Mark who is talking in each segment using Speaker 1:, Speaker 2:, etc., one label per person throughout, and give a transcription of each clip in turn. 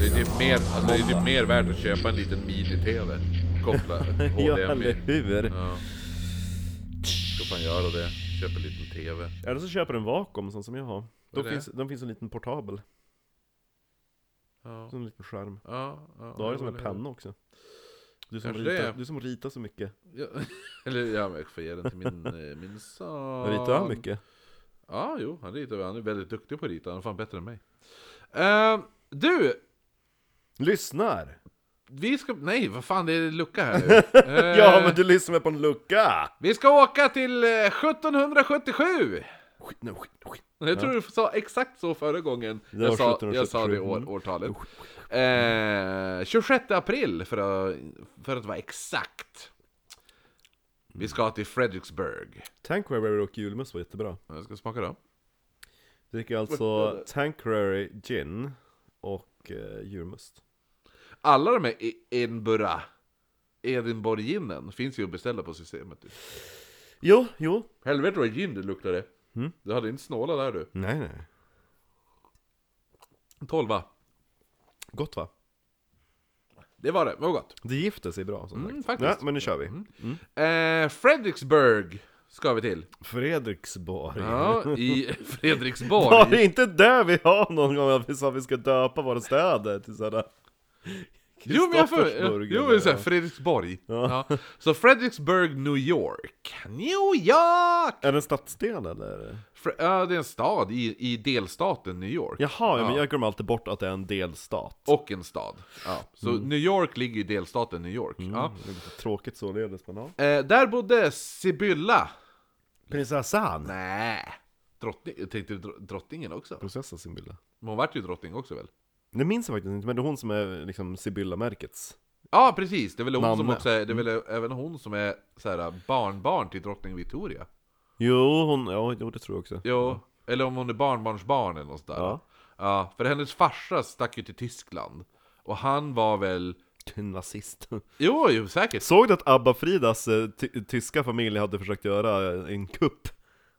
Speaker 1: Det är typ mer, alltså det är typ mer värt att köpa en liten mini-TV. Koppla
Speaker 2: Ja,
Speaker 1: HDMI.
Speaker 2: eller hur?
Speaker 1: Ja. Ska fan göra det. Köpa en liten TV.
Speaker 2: Eller så köper du en vakuum sån som jag har.
Speaker 1: Vad
Speaker 2: De
Speaker 1: är det?
Speaker 2: finns, de finns en liten portabel,
Speaker 1: Ja.
Speaker 2: som en liten skärm.
Speaker 1: Ja, ja,
Speaker 2: Du har det som en
Speaker 1: eller hur?
Speaker 2: penna också. Du som,
Speaker 1: Kanske det.
Speaker 2: ritar, du som ritar så mycket.
Speaker 1: Ja, eller ja, men jag får ge den till min, eh, min son.
Speaker 2: Ritar han mycket?
Speaker 1: Ja, jo, han ritar. Han är väldigt duktig på att rita. Han är fan bättre än mig. Ehm, du!
Speaker 2: Lyssnar!
Speaker 1: Eh. Vi ska... Nej, vad fan, det är en lucka här nu. Ehm,
Speaker 2: Ja, men du lyssnar på en lucka!
Speaker 1: Vi ska åka till eh, 1777!
Speaker 2: Skit, nej, skit, skit.
Speaker 1: Jag tror du sa exakt så förra gången
Speaker 2: Det
Speaker 1: jag
Speaker 2: var
Speaker 1: sa,
Speaker 2: 1777.
Speaker 1: jag sa det år, årtalet. Eh, 26 april för att, för att vara exakt. Vi ska till Fredriksburg.
Speaker 2: Tanqueray och julmust var jättebra.
Speaker 1: Jag ska smaka då.
Speaker 2: Vi dricker alltså Tanqueray gin och eh, julmust.
Speaker 1: Alla de här E- Edinburgh, Edinborginen finns ju att beställa på systemet. Du.
Speaker 2: Jo, jo.
Speaker 1: Helvete vad gin det luktade. Du hade inte snåla där du.
Speaker 2: Nej, nej.
Speaker 1: Tolva.
Speaker 2: Gott va?
Speaker 1: Det var det, det var gott.
Speaker 2: Det gifter sig bra som
Speaker 1: Mm,
Speaker 2: sagt.
Speaker 1: faktiskt. Mm.
Speaker 2: Ja, men nu kör vi.
Speaker 1: Eh, Fredriksburg ska vi till.
Speaker 2: Fredriksborg.
Speaker 1: Ja, i
Speaker 2: Var
Speaker 1: Fredriksborg.
Speaker 2: det inte där vi har någon gång att vi sa att vi ska döpa våra städer till sådana?
Speaker 1: Jo men jag för,
Speaker 2: Kristoffersburg
Speaker 1: jo,
Speaker 2: eller-
Speaker 1: men så här, Fredriksborg. Ja. Så Fredriksburg, New York. New York!
Speaker 2: Är det en stadsdel eller?
Speaker 1: Fre- ja, det är en stad i, i delstaten New York.
Speaker 2: Jaha, ja. men jag glömmer alltid bort att det är en delstat.
Speaker 1: Och en stad. Ja. Så
Speaker 2: Mm.
Speaker 1: New York ligger i delstaten New York. Ja.
Speaker 2: Det är lite tråkigt således, men ja.
Speaker 1: Eh, där bodde Sibylla.
Speaker 2: Prinsessan!
Speaker 1: Nej. Drottning, jag tänkte dro- drottningen också.
Speaker 2: Prinsessa Sibylla.
Speaker 1: Men hon vart ju drottning också väl?
Speaker 2: Det minns jag faktiskt inte, men det är hon som är liksom Sibylla-märkets.
Speaker 1: Ja precis, det är väl hon som
Speaker 2: Mamma.
Speaker 1: också är, det är väl även hon som är så här, barnbarn till drottning Victoria.
Speaker 2: Jo, hon, ja, jo, det tror jag också.
Speaker 1: Jo, eller om hon är barnbarnsbarn eller något sådär. Ja.
Speaker 2: Ja.
Speaker 1: för hennes farsa stack ju till Tyskland. Och han var väl...
Speaker 2: Nazist.
Speaker 1: Jo, jo säkert.
Speaker 2: Såg du att Abba-Fridas eh, ty- tyska familj hade försökt göra eh, en kupp?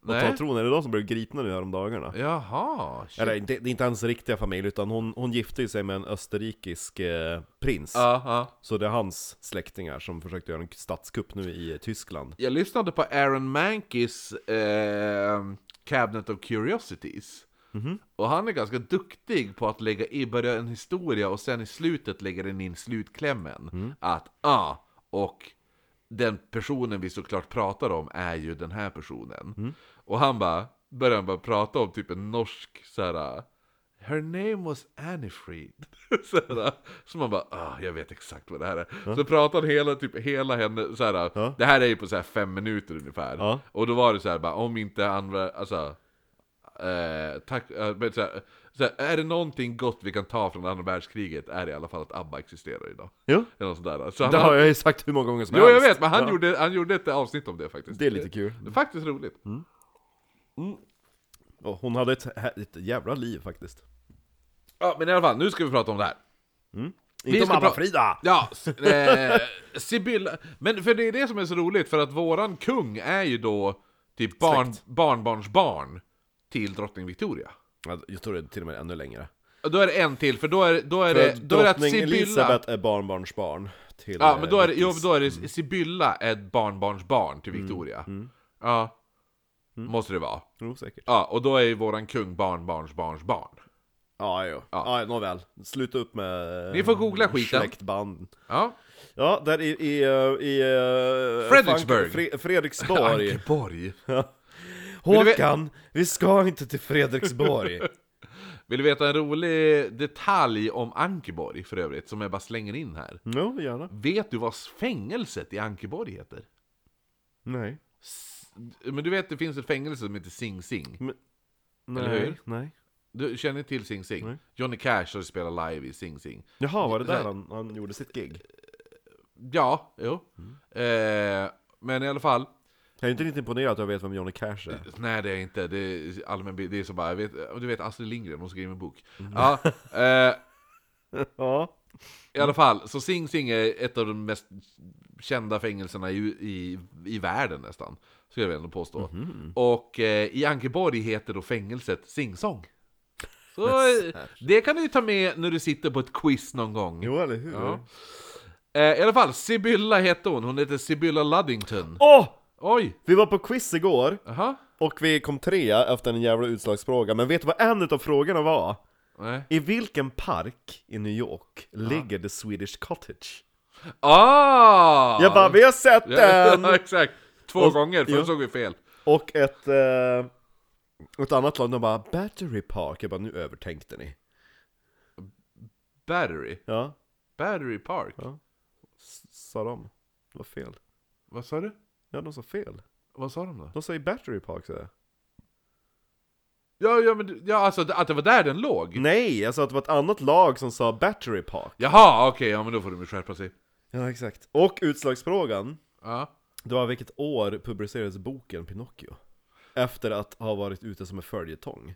Speaker 2: Och
Speaker 1: Nej.
Speaker 2: ta tronen, är det de som blev gripna nu häromdagarna?
Speaker 1: Jaha. shit.
Speaker 2: Eller det, det är inte hans riktiga familj, utan hon, hon gifte ju sig med en österrikisk eh, prins.
Speaker 1: Ja, ja.
Speaker 2: Så det är hans släktingar som försökte göra en statskupp nu i eh, Tyskland.
Speaker 1: Jag lyssnade på Aaron Mankis eh, Cabinet of Curiosities. Och han är ganska duktig på att lägga i början en historia och sen i slutet lägger den in slutklämmen.
Speaker 2: Mm.
Speaker 1: Att ah, och den personen vi såklart pratar om är ju den här personen.
Speaker 2: Mm.
Speaker 1: Och han bara, börjar han bara prata om typ en norsk såhär Her name was Annie Fried. Såhär, så man bara, ah, jag vet exakt vad det här är. Så pratar han hela, typ, hela henne, såhär,
Speaker 2: Ja.
Speaker 1: det här är ju på såhär fem minuter ungefär.
Speaker 2: Ja.
Speaker 1: Och då var det såhär, bara, om inte andra, alltså Eh, tack, eh, men så här, så här, är det någonting gott vi kan ta från andra världskriget är det i alla fall att ABBA existerar idag.
Speaker 2: Jo.
Speaker 1: Eller något sånt där. Så han,
Speaker 2: Det har jag ju sagt hur många gånger som
Speaker 1: jo, jag
Speaker 2: helst.
Speaker 1: vet, men han, gjorde, han gjorde ett avsnitt om det faktiskt.
Speaker 2: Det är lite kul. Mm.
Speaker 1: Det är faktiskt roligt.
Speaker 2: Och hon hade ett, hä- ett jävla liv faktiskt.
Speaker 1: Ja, men i alla fall, nu ska vi prata om det här.
Speaker 2: Inte om
Speaker 1: ska pra-
Speaker 2: Abba-Frida!
Speaker 1: Ja, s- eh, Sibylla. Men för det är det som är så roligt, för att våran kung är ju då typ barn, barnbarnsbarn till drottning Victoria.
Speaker 2: Ja, Jag tror det är till och med ännu längre.
Speaker 1: Och Då är det en till, för då är, då är, det, då är det att
Speaker 2: Drottning
Speaker 1: Sibylla...
Speaker 2: Elisabeth är barnbarnsbarn till...
Speaker 1: Ja,
Speaker 2: eh,
Speaker 1: men då är det, jo,
Speaker 2: Vickis.
Speaker 1: då är det Sibylla är ett barnbarnsbarn
Speaker 2: Mm,
Speaker 1: till Victoria. Ja, måste det vara.
Speaker 2: Jo, säkert.
Speaker 1: Ja, och då är ju våran kung barnbarnsbarnsbarn.
Speaker 2: Ja, jo. Ja, nåväl. Sluta upp med... eh,
Speaker 1: Ni får googla skiten.
Speaker 2: Släktband.
Speaker 1: Ja.
Speaker 2: Ja, där i... i, eh, i eh,
Speaker 1: Fredriksburg.
Speaker 2: Frank- Fre- Fredriksborg.
Speaker 1: Ankeborg. Men du vet-
Speaker 2: Håkan, vi ska inte till Fredriksborg.
Speaker 1: Vill du veta en rolig detalj om Ankeborg för övrigt, som jag bara slänger in här?
Speaker 2: jo, gärna.
Speaker 1: Vet du vad fängelset i Ankeborg heter?
Speaker 2: Nej.
Speaker 1: S- Men du vet, det finns ett fängelse som heter Sing Sing.
Speaker 2: Nej.
Speaker 1: Eller hur?
Speaker 2: Nej.
Speaker 1: Du känner till Sing Sing?
Speaker 2: Nej.
Speaker 1: Johnny Cash har spelat live i Sing Sing.
Speaker 2: Jaha, var det där han, han gjorde sitt gig?
Speaker 1: Ja, jo.
Speaker 2: Mm.
Speaker 1: Eh, men i alla fall.
Speaker 2: Jag är inte riktigt imponerad att jag vet vem Johnny Cash är.
Speaker 1: Nej det är inte, det
Speaker 2: Mm.
Speaker 1: är allmän det är så bara, jag vet, du vet Astrid Lindgren, hon skrev en bok. Ja, eh,
Speaker 2: ja.
Speaker 1: I alla fall, så Sing Sing är ett av de mest kända fängelserna i, i, i världen nästan. Skulle jag väl ändå påstå.
Speaker 2: Mhm.
Speaker 1: Och eh, i Ankeborg heter då fängelset Sing Song. Så eh, det kan du ju ta med när du sitter på ett quiz någon gång.
Speaker 2: Jo, eller hur?
Speaker 1: Ja. Eh, I alla fall, Sibylla hette hon. Hon heter Sibylla Luddington.
Speaker 2: Åh!
Speaker 1: Oj!
Speaker 2: Vi var på quiz igår,
Speaker 1: Jaha?
Speaker 2: och vi kom trea efter en jävla utslagsfråga, men vet du vad en av frågorna var?
Speaker 1: Nej.
Speaker 2: I vilken park i New York ligger The Swedish Cottage?
Speaker 1: Ah!
Speaker 2: Jag bara, vi har sett
Speaker 1: Ja,
Speaker 2: den!
Speaker 1: ja, exakt. Två
Speaker 2: Och-
Speaker 1: gånger, för
Speaker 2: ja.
Speaker 1: då såg vi fel.
Speaker 2: Och ett, eh, ett annat lag, de bara 'Battery Park' Jag bara, nu övertänkte ni
Speaker 1: Battery.
Speaker 2: Ja,
Speaker 1: Battery Park.
Speaker 2: Ja. s- sa de Det var fel
Speaker 1: Vad sa du?
Speaker 2: Ja, de sa fel
Speaker 1: Vad sa de då?
Speaker 2: De säger 'Battery Park' så jag.
Speaker 1: Ja, ja, men, ja alltså att det var där den låg?
Speaker 2: Nej, alltså att det var ett annat lag som sa 'Battery Park'
Speaker 1: Jaha, okej, ja men då får de ju skärpa sig.
Speaker 2: Ja, exakt Och utslagsfrågan
Speaker 1: Ja.
Speaker 2: Det var vilket år publicerades boken Pinocchio? Efter att ha varit ute som en följetong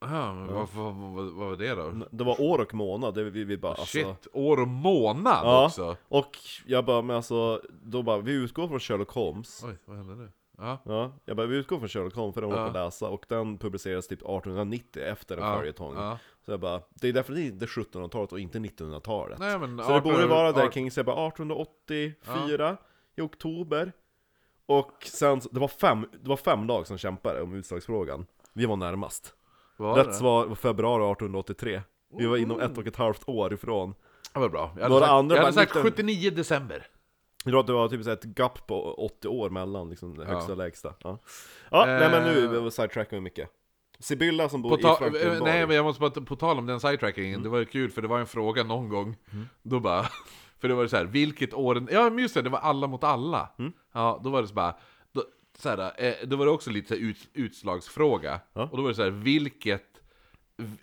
Speaker 1: Aha, men Vad, vad, vad, vad var det då?
Speaker 2: Det var år och månad, det vi, vi bara
Speaker 1: Ah, Shit,
Speaker 2: alltså,
Speaker 1: år och månad
Speaker 2: Ja.
Speaker 1: också!
Speaker 2: Och jag bara, men alltså, då bara, vi utgår från Sherlock Holmes
Speaker 1: Oj, vad hände nu? Ja.
Speaker 2: Ja, jag bara, vi utgår från Sherlock Holmes för den håller
Speaker 1: Ja.
Speaker 2: på att läsa och den publiceras typ 1890 efter en
Speaker 1: Ja,
Speaker 2: följetong
Speaker 1: ja.
Speaker 2: Så jag bara, det är definitivt det 1700-talet och inte 1900-talet
Speaker 1: Nej, men
Speaker 2: Så det borde
Speaker 1: 1800
Speaker 2: vara där kring, så jag bara 1884 i oktober Och sen, så- det var, fem, det var fem lag som kämpade om utslagsfrågan Vi var närmast
Speaker 1: Vad var
Speaker 2: Rätt
Speaker 1: det?
Speaker 2: svar var februari 1883 Vi var inom ett och ett halvt år ifrån
Speaker 1: Ja, vad bra. Jag hade
Speaker 2: Några
Speaker 1: sagt,
Speaker 2: andra
Speaker 1: jag
Speaker 2: bara
Speaker 1: hade sagt
Speaker 2: 19
Speaker 1: 79 december.
Speaker 2: Jag tror att det var typ så här ett gap på 80 år mellan liksom det högsta
Speaker 1: Ja.
Speaker 2: och lägsta. Ja, ja
Speaker 1: Eh.
Speaker 2: nej men nu vi var sidetrackar vi mycket. Sibylla som bor
Speaker 1: På
Speaker 2: i Mm.
Speaker 1: ta- eh,
Speaker 2: Frankenborg.
Speaker 1: nej, men jag måste bara, på tal om den sidetrackingen, det var ju kul för det var en fråga någon gång,
Speaker 2: Mm.
Speaker 1: då bara, för det var ju så här, vilket år, ja men just det, det var alla mot alla.
Speaker 2: Mm.
Speaker 1: Ja, då var det så bara, då, så här, eh, då var det också lite så här ut, utslagsfråga,
Speaker 2: Ja.
Speaker 1: och då var det så här, vilket,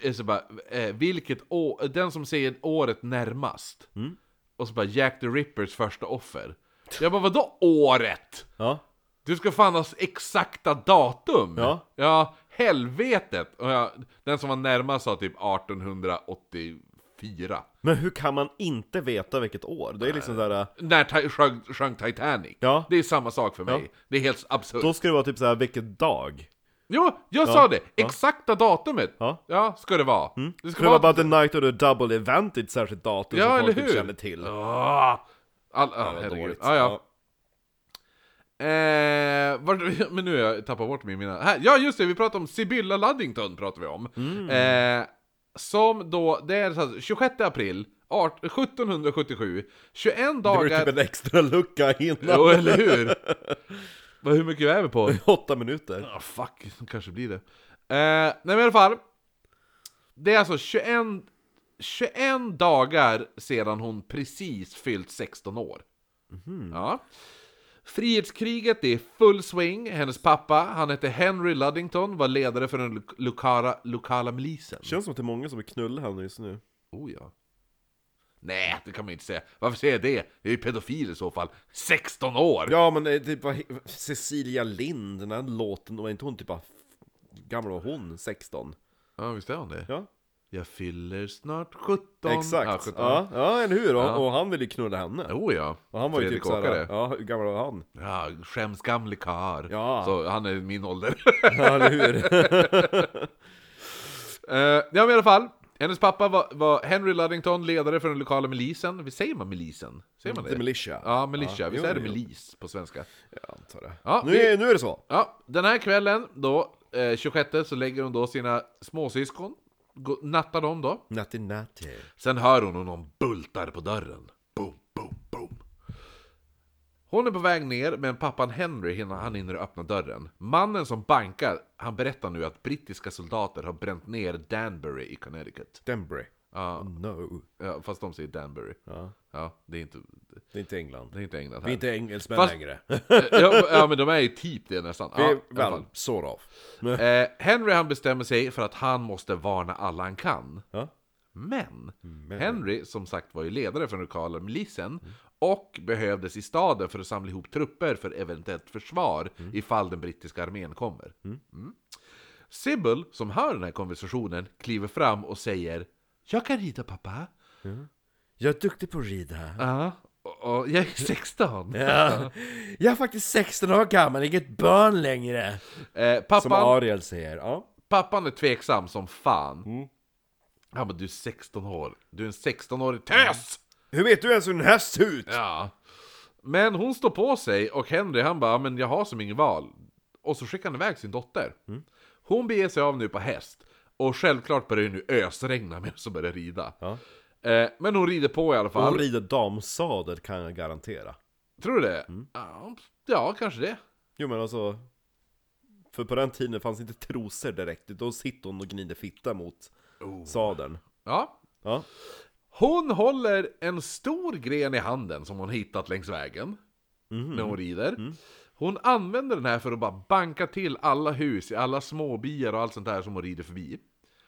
Speaker 1: eh, så bara, eh, vilket år, den som säger året närmast,
Speaker 2: Mm.
Speaker 1: och så bara Jack the Rippers första offer. Jag bara, vadå året?
Speaker 2: Ja,
Speaker 1: Du ska fan ha s- exakta datum!
Speaker 2: Ja.
Speaker 1: ja helvetet! Och jag, den som var närmast sa typ 1884.
Speaker 2: men hur kan man inte veta vilket år? Det är liksom såhär,
Speaker 1: När ti- sjönk, sjönk Titanic.
Speaker 2: ja,
Speaker 1: Det är samma sak för mig.
Speaker 2: Ja.
Speaker 1: Det är helt absurt.
Speaker 2: då ska det vara typ såhär vilken dag?
Speaker 1: Jo, jag sa det! Exakta datumet!
Speaker 2: Ja.
Speaker 1: ska det vara. Det
Speaker 2: För det var bara the night of the double event i ett särskilt datum
Speaker 1: Ja,
Speaker 2: som
Speaker 1: eller
Speaker 2: folk inte
Speaker 1: hur?
Speaker 2: kände till. Ja,
Speaker 1: Ah, all, ah,
Speaker 2: vad
Speaker 1: herregud.
Speaker 2: dåligt.
Speaker 1: Ah, ja. Eh, vart- men nu har jag tappat bort min mina... Här, ja just det, vi pratar om Sibylla Luddington pratar vi om.
Speaker 2: Mm.
Speaker 1: Eh, som då, det är så här, 26 april art- 1777, 21
Speaker 2: Det var ju
Speaker 1: dagar...
Speaker 2: typ en extra lucka innan.
Speaker 1: Jo, eller hur? Vad, hur mycket är vi på?
Speaker 2: Åtta minuter.
Speaker 1: Ah, fuck, kanske blir det. Eh, nej men i alla fall. Det är alltså 21, 21 dagar sedan hon precis fyllt 16 år.
Speaker 2: Mhm.
Speaker 1: Ja. Frihetskriget är i full swing. Hennes pappa, han hette Henry Luddington, var ledare för den lo- lokala, lokala milisen.
Speaker 2: Känns som att det är många som vill knulla henne just nu.
Speaker 1: Oh ja. Nej, det kan man ju inte säga. Varför säger jag det? Det är ju pedofil i så fall. 16 år!
Speaker 2: Ja men eh, typ vad he- Cecilia Lind, den här låten, var inte hon typ bara gammal var hon? 16?
Speaker 1: Ja, visst är hon det?
Speaker 2: Ja,
Speaker 1: Jag fyller snart 17. Ja,
Speaker 2: exakt.
Speaker 1: 17.
Speaker 2: Ja, ja, eller hur? Och,
Speaker 1: Ja.
Speaker 2: och han ville ju knulla henne.
Speaker 1: Oh ja.
Speaker 2: Och han var ju typ
Speaker 1: Fredrik
Speaker 2: såhär,
Speaker 1: Åkare.
Speaker 2: ja hur gammal var han?
Speaker 1: Ja, skäms gamle karl.
Speaker 2: Ja.
Speaker 1: Så han är min ålder.
Speaker 2: Ja, eller hur?
Speaker 1: Eh, ja, men i alla fall. Hennes pappa var, var Henry Luddington, ledare för den lokala milisen. Vi säger man milisen? Säger man det?
Speaker 2: The militia.
Speaker 1: Ja, militia. Visst
Speaker 2: jo,
Speaker 1: är det
Speaker 2: jo.
Speaker 1: milis på svenska?
Speaker 2: Jag antar det.
Speaker 1: Ja,
Speaker 2: nu,
Speaker 1: vi-
Speaker 2: är, nu är det så.
Speaker 1: Ja, den här kvällen då, eh, 26, så lägger hon då sina småsyskon. Gå- Nattar dem då.
Speaker 2: Natty natty.
Speaker 1: Sen hör hon hur någon bultar på dörren. Boom, boom, boom. Hon är på väg ner, men pappan Henry hinner, han hinner öppna dörren. Mannen som bankar, han berättar nu att brittiska soldater har bränt ner Danbury i Connecticut.
Speaker 2: Denbury.
Speaker 1: Ja.
Speaker 2: Oh, no.
Speaker 1: Ja, fast de säger Danbury.
Speaker 2: Ja,
Speaker 1: Ja, det är inte,
Speaker 2: det är inte England.
Speaker 1: det är inte England
Speaker 2: Vi är
Speaker 1: här.
Speaker 2: inte engelsmän
Speaker 1: Fast-
Speaker 2: längre.
Speaker 1: ja, ja, men de är ju typ det nästan.
Speaker 2: Vi
Speaker 1: Ja, i
Speaker 2: är,
Speaker 1: alla fall.
Speaker 2: väl, sort of. Men,
Speaker 1: Eh, Henry han bestämmer sig för att han måste varna alla han kan.
Speaker 2: ja.
Speaker 1: Men, Henry som sagt var ju ledare för den lokala milisen och behövdes i staden för att samla ihop trupper för eventuellt försvar
Speaker 2: Mm.
Speaker 1: ifall den brittiska armén kommer. Mm. Sybil, som hör den här konversationen, kliver fram och säger Jag kan rida pappa.
Speaker 2: Jag är duktig på att rida.
Speaker 1: Ja. Och, och jag är 16.
Speaker 2: Ja. Jag är faktiskt 16 år gammal, inget barn längre.
Speaker 1: Eh,
Speaker 2: Som
Speaker 1: pappan,
Speaker 2: Ariel säger. Ja.
Speaker 1: pappan är tveksam som fan.
Speaker 2: Mm.
Speaker 1: Han bara, du är 16 år. Du är en 16-årig tös!
Speaker 2: Hur vet du ens hur en häst ser ut?
Speaker 1: Ja. Men hon står på sig och Henry han bara, men jag har som ingen val. Och så skickar han iväg sin dotter.
Speaker 2: Mm.
Speaker 1: Hon beger sig av nu på häst. Och självklart börjar det nu ösregna medan hon börjar rida.
Speaker 2: Ja.
Speaker 1: Eh, men hon rider på i alla fall.
Speaker 2: Hon rider damsadel kan jag garantera.
Speaker 1: Tror du det?
Speaker 2: Mm.
Speaker 1: Ja, Ja, kanske det.
Speaker 2: Jo men alltså... För på den tiden fanns inte trosor direkt, då sitter hon och gnider fitta mot
Speaker 1: Oh.
Speaker 2: sadeln.
Speaker 1: Ja.
Speaker 2: Ja.
Speaker 1: Hon håller en stor gren i handen som hon hittat längs vägen. När hon rider. Hon använder den här för att bara banka till alla hus i alla småbyar och allt sånt där som hon rider förbi.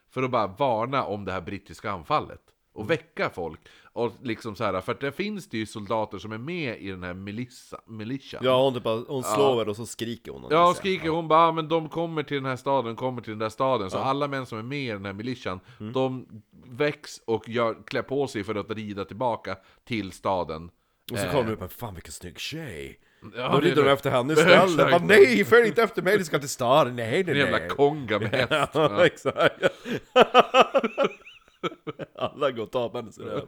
Speaker 1: För att bara varna om det här brittiska anfallet. Och väcka folk. Och liksom så här, för att det finns det ju soldater som är med i den här milissa, militian.
Speaker 2: Ja, hon, typ bara, hon slår och så skriker hon.
Speaker 1: Ja, hon skriker hon bara, "Ah, men de kommer till den här staden, kommer till den där staden. Så alla män som är med i den här militian, de väcks och gör, klär på sig för att rida tillbaka till staden.
Speaker 2: Och så kommer hon upp men fan vilken snygg tjej!
Speaker 1: Eh. Ja,
Speaker 2: då
Speaker 1: det är
Speaker 2: rider
Speaker 1: det.
Speaker 2: hon efter henne
Speaker 1: Exakt.
Speaker 2: istället, bara nej följ inte efter mig, du ska till staden, nej nej
Speaker 1: En jävla
Speaker 2: nej.
Speaker 1: konga med häst.
Speaker 2: Ja, exakt. Alla går och tar på henne sådär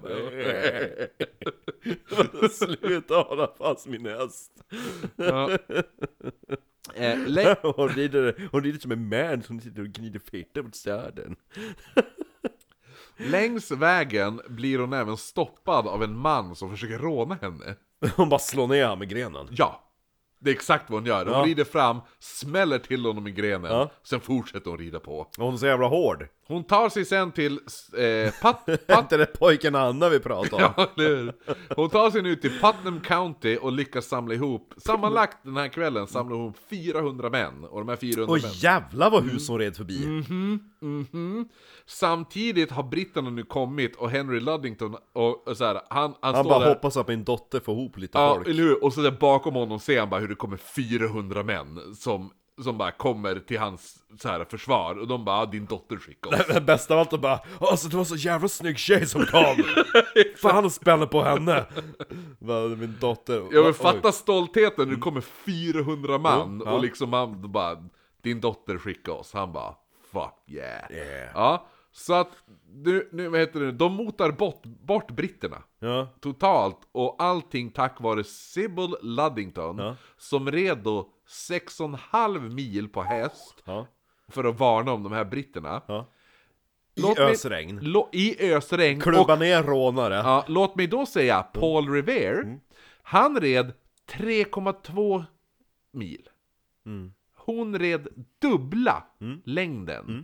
Speaker 2: bara, Sluta hålla fast min häst!
Speaker 1: Ja. Eh, Le-
Speaker 2: Hon rider, hon rider som en man som sitter och gnider fitta mot staden.
Speaker 1: längs vägen blir hon även stoppad av en man som försöker råna henne.
Speaker 2: Hon bara slår ner honom med grenen.
Speaker 1: Ja, det är exakt vad hon gör. Hon
Speaker 2: Ja.
Speaker 1: rider fram, smäller till honom i grenen,
Speaker 2: Ja.
Speaker 1: sen fortsätter hon rida på.
Speaker 2: Hon är så jävla hård.
Speaker 1: Hon tar sig sen till eh, Pat-
Speaker 2: Är inte det pojken Anna vi pratar om?
Speaker 1: Ja, eller hur? Hon tar sig nu till Putnam County och lyckas samla ihop, sammanlagt den här kvällen samlar hon 400 män, och de här 400
Speaker 2: Och
Speaker 1: män.
Speaker 2: jävla vad hus hon red förbi!
Speaker 1: Mm. Mhm. Samtidigt har britterna nu kommit och Henry Luddington, och, och så här, han, han,
Speaker 2: Han
Speaker 1: står
Speaker 2: bara
Speaker 1: där,
Speaker 2: hoppas att min dotter får ihop lite
Speaker 1: ja,
Speaker 2: folk.
Speaker 1: eller hur? och så där bakom honom ser han bara hur det kommer 400 män som, som bara kommer till hans så här, försvar, och de bara "Ah, 'Din dotter skickar oss'
Speaker 2: Det bästa av allt är bara Alltså det var så jävla snygg tjej som kom! Fan och spänner på henne! Bara, Min dotter...
Speaker 1: Jag vill
Speaker 2: Oj.
Speaker 1: fatta stoltheten när det kommer 400 man
Speaker 2: Mm, ja.
Speaker 1: och liksom han bara Din dotter skickar oss, han bara Fuck yeah!
Speaker 2: Yeah.
Speaker 1: Ja, så att nu, nu vad heter det, de motar bort, bort britterna
Speaker 2: Ja.
Speaker 1: Totalt, och allting tack vare Sybil Luddington
Speaker 2: Ja.
Speaker 1: Som red då 6,5 mil på häst
Speaker 2: Ja.
Speaker 1: För att varna om de här britterna
Speaker 2: Ja. I
Speaker 1: Låt mig-
Speaker 2: ösregn.
Speaker 1: Lo- I ösregn och
Speaker 2: Klubba ner rånare.
Speaker 1: Ja, låt mig då säga Paul Revere.
Speaker 2: Mm.
Speaker 1: Han red 3,2 mil.
Speaker 2: Mm.
Speaker 1: Hon red dubbla längden.
Speaker 2: Mm.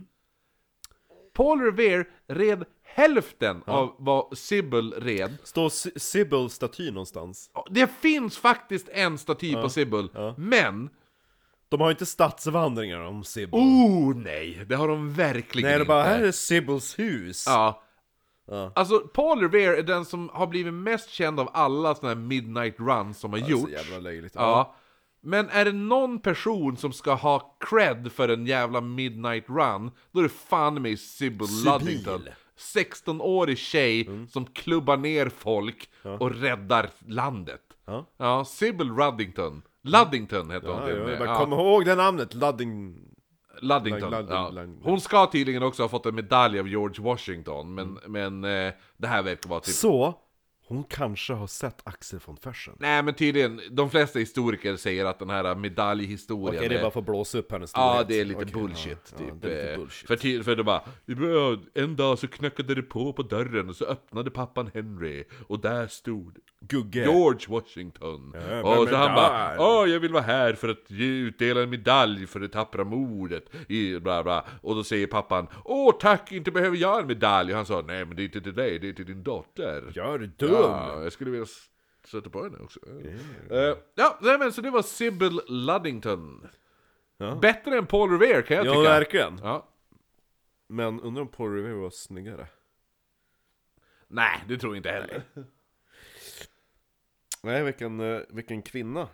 Speaker 1: Paul Revere red hälften av vad Sybil red.
Speaker 2: Står Sy- Sybil staty någonstans?
Speaker 1: Det finns faktiskt en staty på Sybil, men...
Speaker 2: De har ju inte stadsvandringar om Sybil.
Speaker 1: Oh nej, det har de verkligen
Speaker 2: Nej, det är
Speaker 1: inte.
Speaker 2: bara här är Sybils hus.
Speaker 1: Ja.
Speaker 2: Ja.
Speaker 1: Alltså, Paul Revere är den som har blivit mest känd av alla såna här midnight runs som har
Speaker 2: Det är så
Speaker 1: gjorts.
Speaker 2: jävla löjligt.
Speaker 1: Ja. Men är det någon person som ska ha cred för en jävla midnight run, då är det fan mig Sybil
Speaker 2: Sybil. Mm.
Speaker 1: Luddington. 16-årig tjej som klubbar ner folk och räddar landet.
Speaker 2: Ja.
Speaker 1: Ja, Sybil Luddington. Luddington heter hon
Speaker 2: Ja,
Speaker 1: till och
Speaker 2: jag
Speaker 1: med.
Speaker 2: bara,
Speaker 1: Ja,
Speaker 2: Kom ihåg det namnet, Ludding...
Speaker 1: Luddington.
Speaker 2: Lang-
Speaker 1: ja.
Speaker 2: Lang-
Speaker 1: Hon ska tydligen också ha fått en medalj av George Washington, men,
Speaker 2: Mm.
Speaker 1: men eh, det här verkar vara typ
Speaker 2: Så, hon kanske har sett Axel von Fersen.
Speaker 1: Nej men tydligen, de flesta historiker säger att den här medaljhistorien
Speaker 2: Okej, det är bara för att blåsa upp hennes
Speaker 1: Ja,
Speaker 2: storhet.
Speaker 1: det är lite
Speaker 2: Okej,
Speaker 1: bullshit.
Speaker 2: ja,
Speaker 1: typ.
Speaker 2: ja, det är lite
Speaker 1: Eh,
Speaker 2: bullshit.
Speaker 1: För, till, för det bara, "Ja, en dag så knackade det på på dörren och så öppnade pappan Henry och där stod
Speaker 2: Gugge.
Speaker 1: George Washington.
Speaker 2: Ja,
Speaker 1: och
Speaker 2: men
Speaker 1: så han bara,
Speaker 2: medalj.
Speaker 1: ja jag vill vara här för att ge, utdela en medalj för det tappra mordet. I, bla, bla. Och då säger pappan, åh tack, inte behöver jag en medalj. Och han sa, nej men det är inte till dig, det är till din dotter.
Speaker 2: Jag är dum!
Speaker 1: Ja, jag skulle vilja s- sätta på henne också. Eh, ja, nej men så det var Sybil Luddington.
Speaker 2: Ja.
Speaker 1: Bättre än Paul Revere kan jag
Speaker 2: Ja,
Speaker 1: tycka.
Speaker 2: verkligen.
Speaker 1: Ja.
Speaker 2: Men undrar om Paul Revere var snyggare?
Speaker 1: Nej, det tror jag inte heller.
Speaker 2: Nej, vilken, eh, vilken kvinna